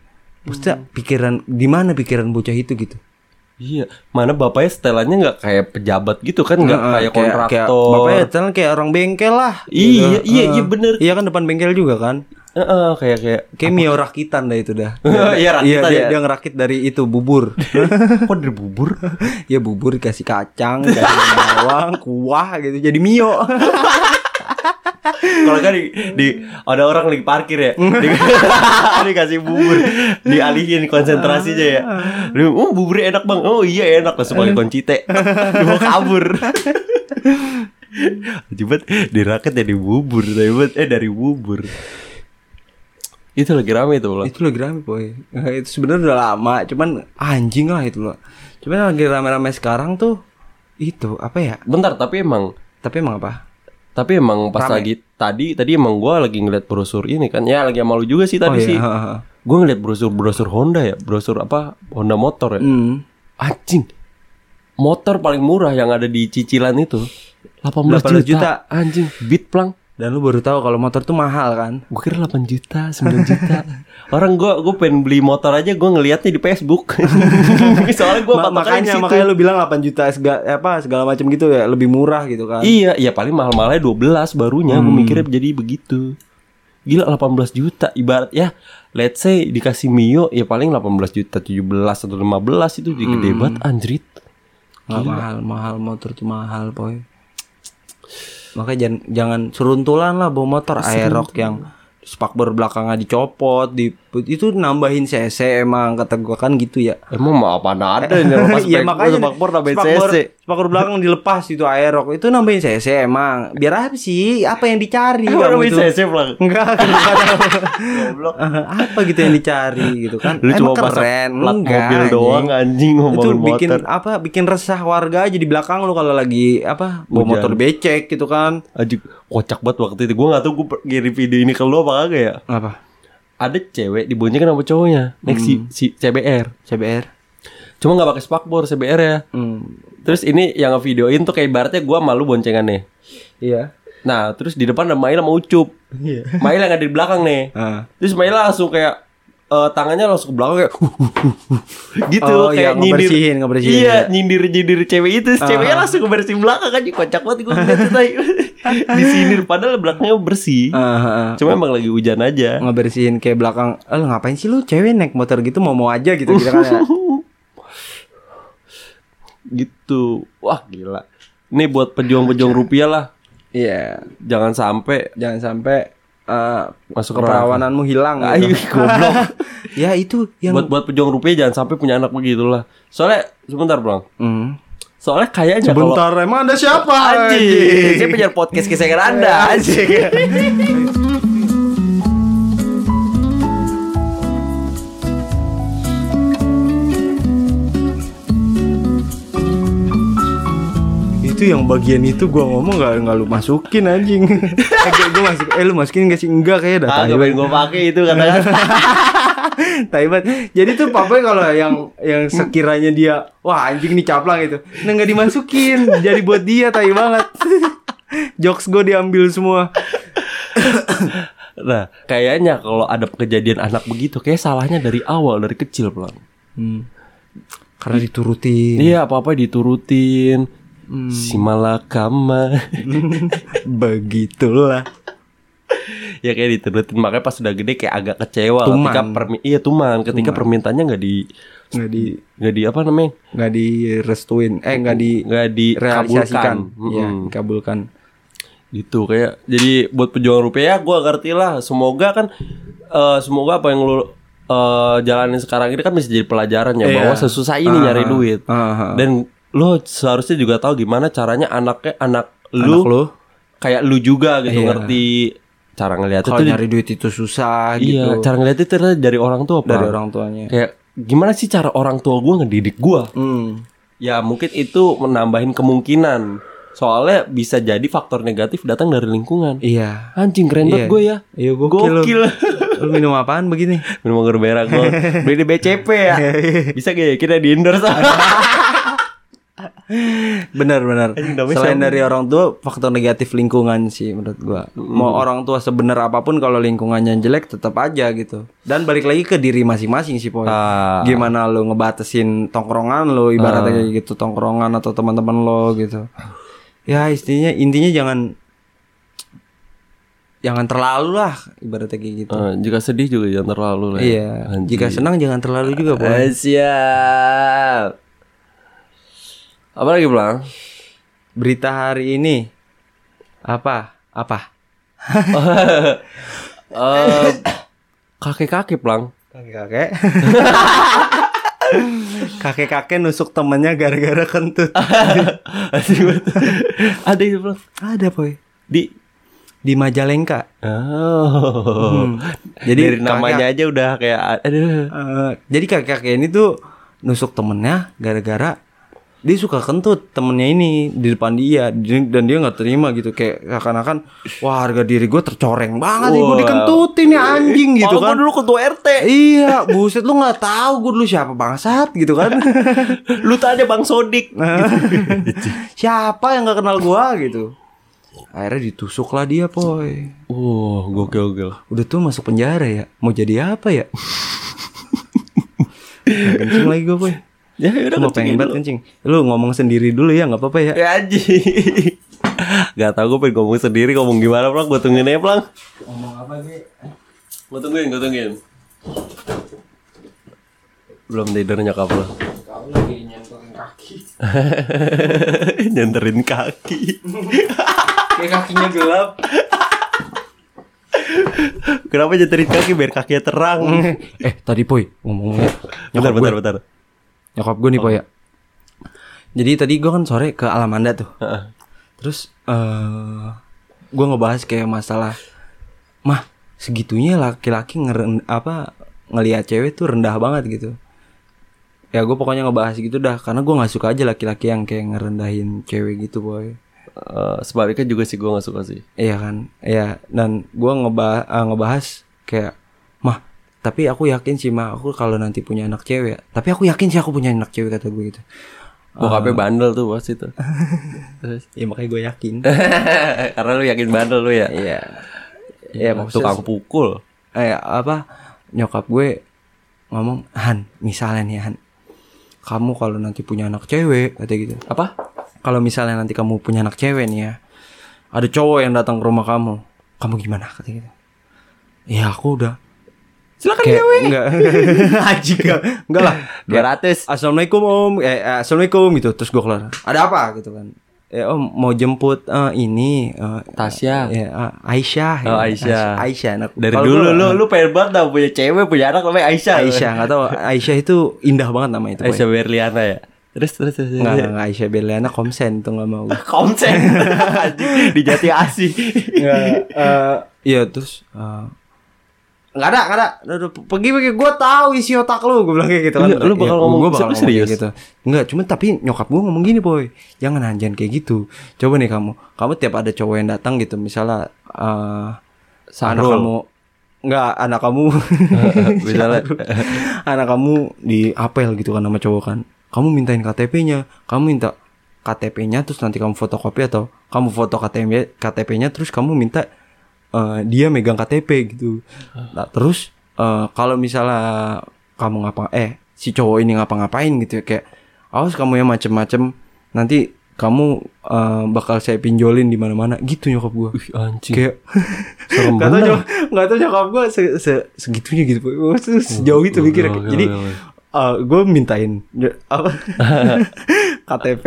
maksudnya pikiran di mana pikiran bocah itu gitu Iya, mana bapaknya setelannya nggak kayak pejabat gitu kan, nggak Heeh, kayak kayak, kontraktor. bapaknya jalan kayak orang bengkel lah Iya, gitu. iya, iya, Heeh. bener. iya kan depan bengkel juga kan Heeh, kayak kayak <laughs> kayak mio rakitan dah itu dah <laughs> Iya, rakitan dia, ya. dia ngerakit dari itu bubur <laughs> kok dari bubur? ya bubur dikasih kacang <laughs> dikasih bawang kuah gitu jadi mio <laughs> Kalau kan di, di- ada orang lagi parkir ya, <laughs> di- <laughs> dikasih bubur, dialihin konsentrasinya ya. Lu, oh buburnya enak bang, oh iya enak langsung pakai <laughs> koncite, mau kabur. Jibat diraket dari bubur, jibat eh dari bubur. Itu lagi rame tuh loh. itu lagi rame boy Eh, itu sebenarnya udah lama cuman anjing lah itu loh cuman lagi rame-rame sekarang tuh itu apa ya Bentar tapi emang tapi emang apa tapi emang pas Rame. lagi tadi tadi emang gua lagi ngeliat brosur ini kan ya lagi malu juga sih tadi Oh, iya, sih. ha, ha. Gua ngeliat brosur brosur Honda ya, brosur apa Honda motor ya. hmm. Anjing. Motor paling murah yang ada di cicilan itu 18, juta. 18 juta. Anjing, beat plang. dan lu baru tahu kalau motor tuh mahal kan Gue kira 8 juta, 9 <laughs> juta. Orang gua gua pengen beli motor aja gua ngelihatnya di <laughs> Facebook. Soalnya gua gitu. patokannya Ma- di makanya situ. makanya lu bilang 8 juta segala apa segala macam gitu ya lebih murah gitu kan Iya, iya paling mahal-mahalnya 12 barunya Hmm. Gue mikirnya jadi begitu. Gila 18 juta ibarat ya let's say dikasih Mio ya paling 18 juta 17 atau 15 itu jadi Hmm. gede banget anjrit. Nggak mahal mahal motor tuh mahal boy makanya jangan jangan seruntulan lah bawa motor aerok yang spakbor belakangnya dicopot di itu nambahin cc emang kata gua kan gitu ya Emang mau apa ada ini lepas <laughs> spek- Iya makanya spakbor tambahin spakbor- CC. Spakbor belakang dilepas itu aerok Itu nambahin CC emang Biar apa sih? Apa yang dicari Emang kamu namanya itu? CC pulang? Enggak kenapa <laughs> tahu. Eh, Apa gitu yang dicari gitu kan Lu cuma Emang pasang keren plat Enggak, mobil anjing. doang anjing Itu ngomongin bikin motor. apa bikin resah warga aja di belakang lu kalau lagi apa bawa Hujan. motor becek gitu kan Anjing kocak banget waktu itu. Gua gak tau gue ngirim video ini ke lu apa kagak ya. apa Ada cewek diboncengin sama cowoknya. Next si, si CBR. CBR Cuma nggak pakai spakbor CBR ya. hmm. Terus ini yang videoin tuh kayak ibaratnya gua malu boncengannya. iya Nah, terus di depan ada Mail sama Ucup. iya Mail yang ada di belakang nih. Ah, Terus Mail langsung kayak eh, tangannya langsung ke belakang kayak <laughs> gitu Oh, iya, kayak ngebersihin, ngebersihin, Iya, iya. Ah. nyindir-nyindir cewek itu. Terus Ceweknya langsung ngebersihin belakang kan kocak banget gua ngeliat itu tai. <laughs> Disindir padahal belakangnya bersih. Cuma emang lagi hujan aja. ah, ngebersihin kayak belakang eh lu ngapain sih lu cewek naik motor gitu mau mau aja gitu gitu kan <laughs> ya. Gitu. Wah, gila. Ini buat pejuang-pejuang rupiah lah. iya Jangan sampai jangan sampai eh, Masuk keperawananmu hilang gitu. Ayo, goblok. <laughs> ya itu yang buat buat pejuang rupiah jangan sampai punya anak begitulah. Soalnya sebentar bang. Hmm. Soalnya kayaknya Ya, kalau Bentar, emang anda siapa? Anjing, saya punya podcast kesayangan Anda. Anjing. Itu yang bagian itu gua ngomong nggak nggak lu masukin <laughs> anjing. eh, gua, gua masuk, eh lu masukin gak sih? Enggak kayaknya dah. Ah, tai pengen <laughs> gue pakai itu kata-kata. Tai banget. Jadi tuh papai kalau yang yang sekiranya dia wah anjing nih caplang itu. Nah nggak dimasukin. jadi buat dia tai banget. <laughs> Jokes gue diambil semua. Nah, kayaknya kalau ada kejadian anak begitu, kayak salahnya dari awal, dari kecil pelan. Hmm. Karena <laughs> dituruti. Iya, apa-apa diturutin. Si malakama <laughs> Begitulah. ya kayak diturutin makanya pas udah gede kayak agak kecewa Tuman. ketika permi iya tuman ketika permintaannya nggak di Nggak di nggak di apa namanya nggak direstuin. Eh nggak di nggak dikabulkan realisasikan. Mm-mm. Iya, dikabulkan. gitu kayak jadi buat pejuang rupiah ya, gua ngerti lah semoga kan eh, semoga apa yang lu eh, jalanin sekarang ini kan bisa jadi pelajaran ya Iya. bahwa sesusah ini Ah, nyari duit ah, ah. dan lo seharusnya juga tahu gimana caranya anaknya anak lu, Anak lu. kayak lu juga gitu Iya. ngerti cara ngeliatnya Kalau tuh nyari duit itu susah iya gitu. cara ngeliatnya tuh dari orang tua apa Dari orang tuanya. kayak gimana sih cara orang tua gua ngedidik gua Hmm. ya mungkin itu menambahin kemungkinan soalnya bisa jadi faktor negatif datang dari lingkungan Iya. Anjing keren banget Iya. gue ya. Iya gokil. lu. Gokil. Lu minum apaan begini? <laughs> Minum anggur merah <laughs> gue. Beli di BCP ya. <laughs> Bisa gak ya kita di <laughs> endorse? Benar-benar. Anjing, namanya Selain siapa? dari orang tua, faktor negatif lingkungan sih menurut gua. Hmm. Mau orang tua sebenar apapun kalau lingkungannya jelek tetap aja gitu. Dan balik lagi ke diri masing-masing sih, Poy. Ah. Gimana lu ngebatesin tongkrongan lo ibaratnya kayak gitu tongkrongan atau teman-teman lo gitu. Ya, intinya intinya jangan jangan terlalu lah ibaratnya kayak gitu. Eh, jika sedih juga jangan terlalu lah. ya. Iya, Anjing. jika senang jangan terlalu juga, Poy. Eh, siap. Apa lagi pulang? Berita hari ini apa? Apa? Eh, kakek-kakek pulang. <laughs> Kakek-kakek. <laughs> Kakek-kakek nusuk temennya gara-gara kentut. Anjing banget. <laughs> Ada itu pulang. Ada, Poy. Di Di Majalengka. Oh. Jadi Jadi dari namanya aja udah kayak aduh. Eh, jadi kakek-kakek ini tuh nusuk temennya gara-gara dia suka kentut temennya ini di depan dia Di- dan dia nggak terima gitu kayak seakan-akan wah harga diri gue tercoreng banget gue Wow. dikentutin ya anjing gitu Kalau gua kan dulu ketua RT. iya buset lu nggak tahu gue dulu siapa bangsat gitu kan <laughs> <laughs> Lu tanya Bang Sodik. siapa yang nggak kenal gua gitu akhirnya ditusuk lah dia poy Wah, gokil gokil. udah tuh masuk penjara ya mau jadi apa ya kencing lagi gua poy Ya udah Gua mau pengen banget kencing lu ngomong sendiri dulu ya nggak apa-apa ya Ya aji. Gak tau gue pengen ngomong sendiri ngomong gimana pelang gue tungguin aja pelang. ngomong apa sih Gue tungguin gue tungguin. Belum tidur nyokap lo. kau lagi nyentuhin kaki <laughs> Nyenterin kaki. kayak kakinya gelap Kenapa nyenterin kaki biar kakinya terang? <laughs> eh tadi poy ngomongnya bentar bentar bentar. nyokap gue nih poy ya jadi tadi gua kan sore ke Alamanda tuh Heeh. Terus eh gue ngebahas kayak masalah mah segitunya laki-laki ngeren apa ngelihat cewek tuh rendah banget gitu. Ya gue pokoknya ngebahas gitu dah karena gue nggak suka aja laki-laki yang kayak ngerendahin cewek gitu boy. Eh, sebaliknya juga sih gue gak suka sih. Iya kan, iya. Dan gue ngebahas, ngebahas kayak mah tapi aku yakin sih mah aku kalau nanti punya anak cewek. Tapi aku yakin sih aku punya anak cewek kata gue gitu. Bokapnya bandel tuh bos <laughs> itu. Terus. Ya makanya gue yakin. Karena lu yakin bandel lu ya. Iya. Iya maksudnya Tukang pukul. eh apa nyokap gue ngomong Han misalnya nih Han kamu kalau nanti punya anak cewek kata gitu Apa? kalau misalnya nanti kamu punya anak cewek nih ya ada cowok yang datang ke rumah kamu kamu gimana kata gitu ya aku udah Silakan kayak enggak kan <laughs> Anjing, enggak enggak lah Kayak, 200. assalamualaikum om eh, eh, assalamualaikum gitu terus gue keluar ada apa gitu kan eh, om mau jemput eh, ini eh, Tasya. ya, eh, Aisyah ya. Oh, Aisyah. Aisyah anak Dari kalau dulu gua- eh, lu lu pengen banget dah punya cewek punya anak namanya Aisyah. Aisyah nggak tahu Aisyah itu indah banget nama itu Aisyah Berliana ya. Terus terus terus. nggak nggak nggak, Aisyah Berliana komsen itu nggak mau Komsen <laughs> Anjing, di Jati Asih. Nggak, eh, Iya terus eh, nggak ada nggak ada Udah, udah, pergi pergi gue tahu isi otak lu gue bilang kayak gitu kan Lu- lu bakal Iya, ngomong- gua bakal lu ngomong kayak serius? gitu nggak cuman tapi nyokap gue ngomong gini boy jangan anjan kayak gitu coba nih kamu kamu tiap ada cowok yang datang gitu misalnya eh anak Sahrul. kamu nggak anak <laughs> kamu Misalnya. anak kamu di apel gitu kan sama cowok kan kamu mintain KTP-nya kamu minta KTP-nya terus nanti kamu fotokopi atau kamu foto KTP KTP-nya terus kamu minta eh, dia megang KTP gitu nah, terus eh, kalau misalnya kamu ngapa eh si cowok ini ngapa-ngapain gitu ya, kayak awas kamu yang macem-macem nanti kamu eh, bakal saya pinjolin di mana-mana gitu nyokap gua Ih, anjing. <laughs> kayak Serem Gak tau bener. nyokap, gak tau nyokap gue se, se- segitunya gitu Gua se- Sejauh itu Oh, mikirnya oh, oh, Jadi oh, oh. gue mintain ya, <laughs> apa KTP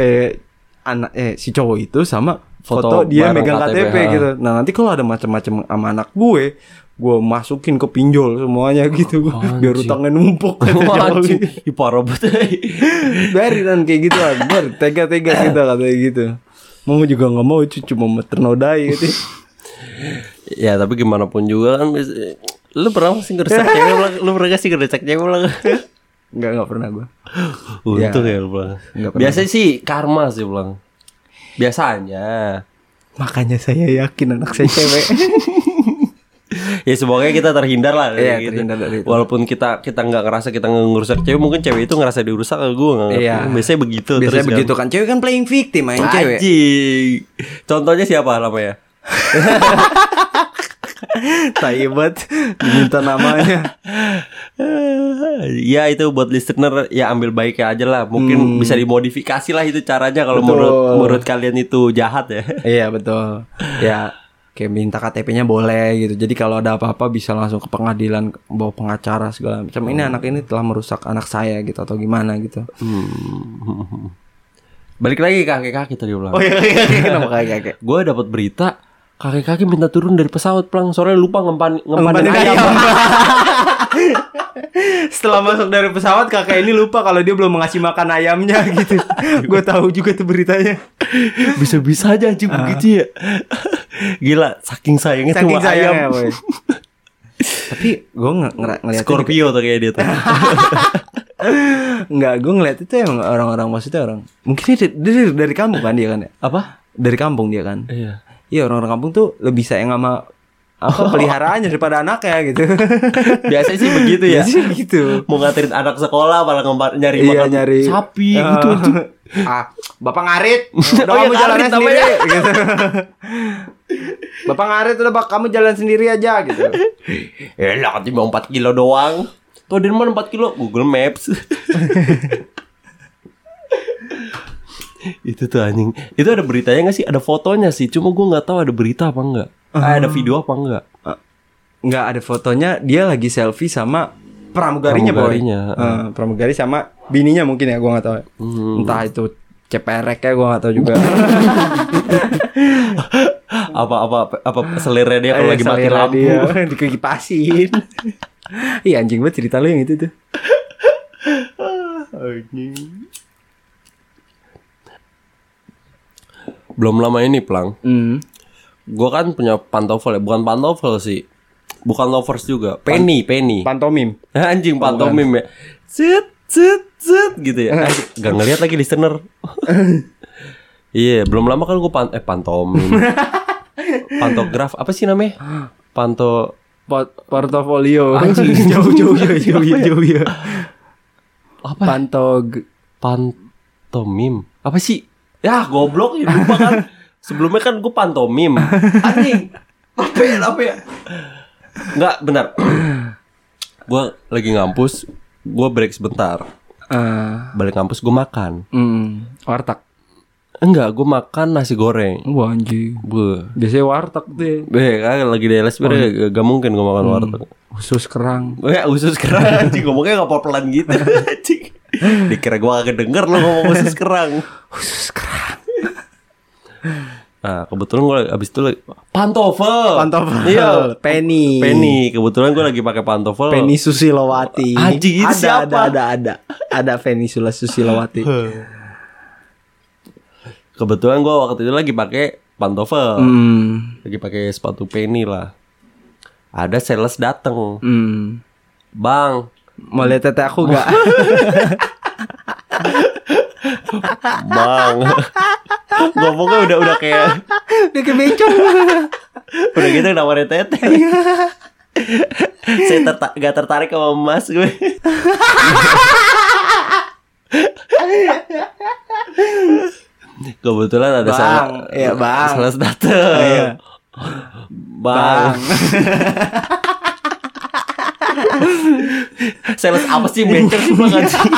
anak eh si cowok itu sama foto, Foto dia bareng megang KTP, KTP, ha. gitu. Nah nanti kalau ada macam-macam sama anak gue, gue masukin ke pinjol semuanya gitu <laughs> biar Oh, Anjing. utangnya numpuk. <laughs> kata Wah, Jokowi. anjing. Ih, parah banget. Biarin kayak gitu Akbar Tega-tega kita katanya gitu Mau juga gak mau itu cuma mau ternodai <laughs> gitu Ya tapi gimana pun juga kan bis- Lu pernah nggak sih ngerusak cewek Blang? Lu pernah gak sih ngerusak cewek Blang? Enggak, enggak pernah gue Untung ya, lu Blang. Nggak pernah. Biasanya sih karma sih Blang Biasanya Makanya saya yakin anak <laughs> saya cewek Ya semoga kita terhindar lah dari Iya, gitu. terhindar dari itu. Walaupun kita kita nggak ngerasa kita ngerusak cewek Mungkin cewek itu ngerasa dirusak Gue nggak ngerti Iya. Biasanya begitu Biasanya terus kan. begitu kan Cewek kan playing victim main cewek Anjing. Contohnya siapa namanya? Taibat Diminta namanya Eh, Ya itu buat listener ya ambil baiknya aja lah. Mungkin bisa dimodifikasi lah itu caranya kalau Hmm. Betul. menurut menurut kalian itu jahat ya. Iya betul Ya Kayak minta KTP-nya boleh gitu Jadi kalau ada apa-apa bisa langsung ke pengadilan Bawa pengacara segala macam Ini anak ini telah merusak anak saya gitu Atau gimana gitu Hmm. Balik lagi ke kakek-kakek tadi ulang. iya iya <laughs> Kenapa kayak kayak Gue dapat berita kakek-kakek minta turun dari pesawat pelang soalnya lupa ngempan ngempanin Ngempanin ayam. ayam. <laughs> Setelah masuk dari pesawat kakak ini lupa kalau dia belum mengasih makan ayamnya <laughs> gitu. Gue tahu juga tuh beritanya. <laughs> Bisa-bisa aja anjing begitu ya. <laughs> Gila, saking sayangnya Ah. Saking cuma ayam. sayangnya, <laughs> boy. Tapi gue ng ngera- gitu. ngeliat <laughs> Scorpio tuh kayak dia tuh. Enggak, gue ngeliat itu emang orang-orang maksudnya orang. Mungkin dia, dia- dia dari kampung kan dia kan ya? Apa? Dari kampung dia kan. Iya. Iya orang-orang kampung tuh lebih sayang sama apa peliharaannya daripada anaknya gitu. Oh. <laughs> Biasanya sih begitu ya. Biasanya gitu. Mau nganterin anak sekolah malah ngempa- nyari iya makan nyari sapi Ah. <laughs> gitu anjing. Ah, Bapak ngarit. <laughs> Oh, iya, kamu jalannya ngarit namanya. sendiri. gitu. <laughs> Bapak ngarit udah bak kamu jalan sendiri aja gitu. Elah katanya mau 4 kan kilo doang Tuh di mana 4 kilo? Google Maps <laughs> Itu tuh anjing Itu ada beritanya gak sih? Ada fotonya sih Cuma gue gak tahu ada berita apa enggak Ah, Ada video apa enggak Nggak ada fotonya dia lagi selfie sama pramugarinya, Pramugarinya, Boy. Eh, pramugari sama bininya mungkin ya gua nggak tahu. ya. Hmm. Entah itu ceperek ya gua nggak tahu <laughs> juga. Apa-apa apa selera dia kalau Eh, lagi mati selera lampu dia. <laughs> <laughs> dikekipasin. Iya anjing banget cerita lu yang itu tuh. Belum lama ini Plang Hmm. Gue kan punya pantofel ya Bukan pantofel sih Bukan lovers juga Penny Penny <laughs> Pantomim. Anjing pantomim ya. Cet cet cet gitu ya. Anjing, Gak ngelihat lagi listener. Iya, belum lama kan gue pan eh pantomim. Pantograf apa sih namanya? Panto Pot portofolio. Anjing. <laughs> jauh jauh jauh jauh jauh jauh. jauh. ya? apa? ya? Pantog pantomim. Apa sih? Ya goblok ya lupa <laughs> kan. Sebelumnya kan gue pantomim. <laughs> Anjing. Apa ya? Apa ya? Enggak benar. <clears throat> gue lagi ngampus, gue break sebentar. eh Balik kampus gue makan. mm, warteg. Enggak, gue makan nasi goreng. Wah anjing. Gue Biasanya warteg ya, deh. Eh, kan lagi di LSP gak, gak mungkin gue makan warteg. Usus kerang. Gue usus kerang <laughs> anjing ngomongnya gak pelan <laughs> gitu. Anjing. Dikira gue gak denger lo ngomong usus kerang. Usus kerang. Nah, kebetulan gue abis itu lagi pantofel. Pantofel. Iya. Penny. Penny. Kebetulan gue lagi pakai pantofel. Penny Susilowati. Anjing, itu ada, siapa? Ada, ada, ada. Ada Penny Sula Susilowati. Kebetulan gue waktu itu lagi pakai pantofel. hmm. Lagi pakai sepatu Penny lah. Ada sales dateng. Hmm. <laughs> Bang, Mau lihat tete aku Oh. gak? bang. <laughs> Ngomongnya udah udah kayak <laughs> Dia kebencong. udah gitu nawarin tete. Iya. Saya terta gak tertarik sama emas gue. Kebetulan ada Bang, sales, iya, Bang. sales dateng. Iya. Bang. sales apa sih bencong sih Bang? Iya. anjing?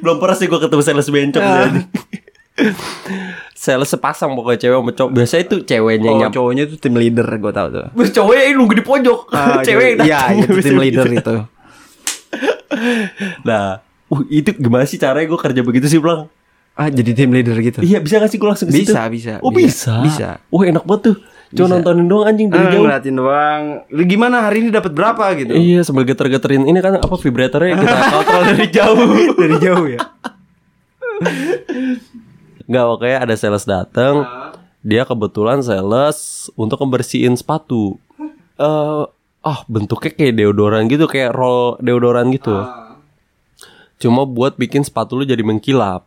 Belum pernah sih gue ketemu sales bencong Ah. jadi. sales sepasang pokoknya cewek sama cowok. Biasanya itu ceweknya yang Oh, nyampe. cowoknya tuh tim leader gue tau tuh. Terus cowoknya ini nunggu di pojok. Ah, cewek gitu. Iya, itu <laughs> tim leader itu. Nah, uh, itu gimana sih caranya gue kerja begitu sih, Blang? Ah, jadi tim leader gitu. Iya, bisa gak sih gue langsung ke situ? Bisa, bisa, Oh, bisa. bisa. Bisa. Wah, enak banget tuh. Bisa. Cuma nontonin doang anjing dari Ah, jauh. ngeliatin doang. Lu gimana hari ini dapat berapa gitu? Iya, sambil geter-geterin ini kan apa vibratornya kita kontrol dari jauh. <laughs> Dari jauh <laughs> ya. Enggak, pokoknya ada sales datang. Dia kebetulan sales untuk membersihin sepatu. Eh, ah bentuknya kayak deodoran gitu, kayak roll deodoran gitu. Cuma buat bikin sepatu lu jadi mengkilap.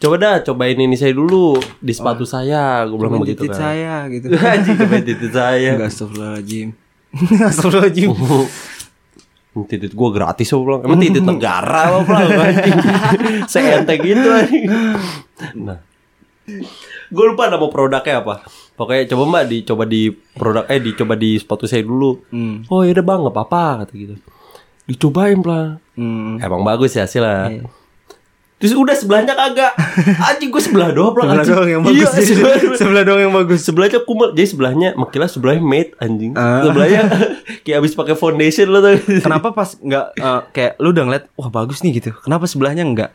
Coba dah cobain ini saya dulu di sepatu saya, gue bilang Coba begitu Oh, iya. titit kan. saya gitu. <laughs> Anjing cobain titik saya. Enggak astagfirullahaladzim. <laughs> Oh. astagfirullahaladzim. <laughs> titit gua gratis apa pulang emang titit negara apa <laughs> pulang anjing seente gitu anjing nah gue lupa nama produknya apa pokoknya coba mbak dicoba di produk eh dicoba di sepatu saya dulu Hmm. oh yaudah bang nggak apa-apa kata gitu dicobain pelan Hmm. Iya. emang bagus ya hasilnya terus udah sebelahnya <laughs> kagak anjing gue sebelah doang pelan Sebelah doang yang bagus. iya, jadi. sebelah doang. <laughs> sebelah doang yang bagus. sebelahnya kumel jadi sebelahnya makilah sebelahnya mate anjing Ah. <laughs> sebelahnya kayak abis pakai foundation lo tuh Kenapa pas nggak eh, kayak lu udah ngeliat wah bagus nih gitu. Kenapa sebelahnya enggak?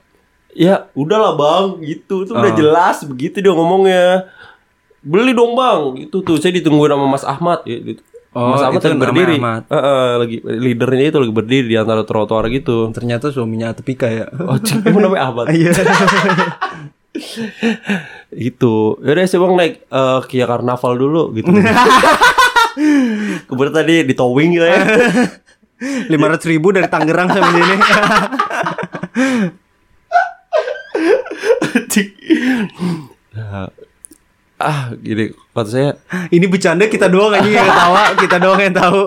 Ya udahlah bang gitu Itu udah Ah. jelas begitu dia ngomongnya Beli dong bang Itu tuh saya ditungguin sama Mas Ahmad ya, gitu. Oh, Mas Ahmad itu lagi namanya berdiri Ahmad. Eh, eh, lagi Leadernya itu lagi berdiri di antara trotoar <laughs> gitu Ternyata suaminya Atepika ya. <laughs> Oh cik, emang namanya Ahmad Iya. Gitu Yaudah sih bang naik eh, Kia Karnaval dulu <laughs> gitu Kemudian tadi di towing <laughs> gitu ya <laughs> Lima ratus ribu dari Tangerang sampai <laughs> sini. Cik. Nah, Ah gini Kata saya Ini bercanda kita doang aja yang ketawa, kita doang yang tahu.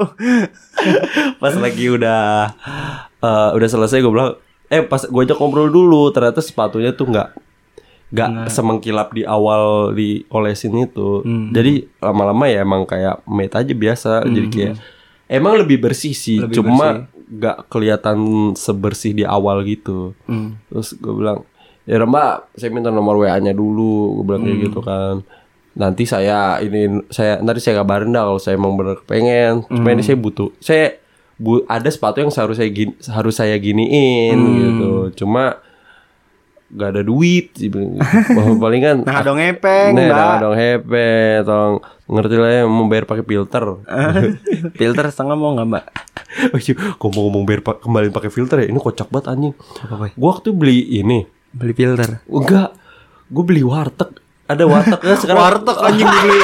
pas lagi udah eh, udah selesai gue bilang eh pas gue ajak ngobrol dulu ternyata sepatunya tuh nggak nggak semengkilap di awal di olesin itu jadi lama-lama ya emang kayak mate aja biasa jadi kayak emang lebih bersih sih Lebih cuma nggak kelihatan sebersih di awal gitu terus gue bilang ya mbak saya minta nomor wa nya dulu gue bilang kayak gitu kan nanti saya ini saya nanti saya kabarin dah kalau saya emang bener kepengen cuma Hmm. ini saya butuh saya bu ada sepatu yang seharus saya gini, harus saya giniin Hmm. gitu cuma gak ada duit dia bilang gitu. Bahwa paling <laughs> kan Nah, dong ngepeng, Nah, Mbak. dong hepe, tolong ngerti lah ya mau bayar pakai filter. Eh. <laughs> <laughs> Filter setengah mau nggak mbak? Oh iya, ngomong-ngomong bayar pa- kembali pakai filter ya, ini kocak banget anjing. Apa, Boy? Gua waktu beli ini, Beli filter. Enggak, gue beli warteg. Ada warteg <laughs> ya sekarang. Warteg anjing beli.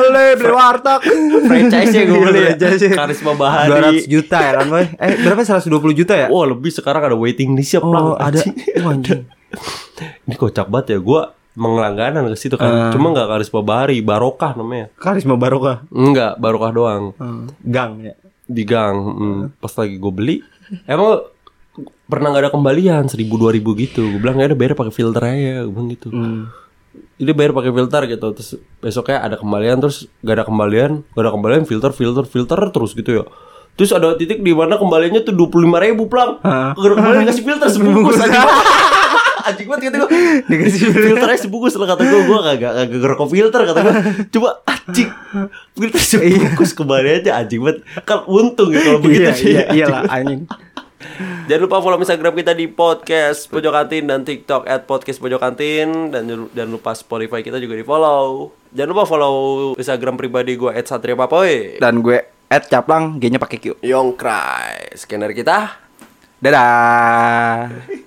Beli beli warteg. franchise ya gue beli. Franchise ya. Karisma 200 Bahari. juta ya kan boy? Eh berapa 120 juta ya? Wah lebih sekarang ada waiting list ya Plang. Oh ada Anjing. <laughs> Wah, anjing. Ini kocak banget ya gue mengelangganan ke situ Ah. kan. Cuma nggak Karisma Bahari, Barokah namanya. Karisma Barokah Enggak, Barokah doang. Hmm, Gang ya Di gang. Hmm, Pas lagi gue beli, emang pernah nggak ada kembalian seribu dua ribu gitu. Gue bilang ya udah bayar pakai filter aja. Gue bilang gitu. Hmm. Ini bayar pakai filter gitu terus besoknya ada kembalian terus gak ada kembalian gak ada kembalian filter filter filter terus gitu ya terus ada titik di mana kembaliannya tuh dua puluh lima ribu plang Hah? gak ada kembalian dikasih filter sebungkus aja <laughs> anjing banget kata gue Dikasih filter. filternya sebungkus lah kata gue gue gak gak gak ngerokok filter kata gue coba anjing filter sebungkus kembaliannya anjing banget kan untung ya kalau begitu Iya. Iya sih, iya anjing. iyalah anjing Jangan lupa follow Instagram kita di podcast Pojok Kantin dan TikTok at podcast Pojok Kantin dan jangan- jangan lupa Spotify kita juga di follow. Jangan lupa follow Instagram pribadi gue at Satria Papoy. Dan gue at caplang, G-nya pakai Q. Yongkrai. Sekian dari kita. Dadah.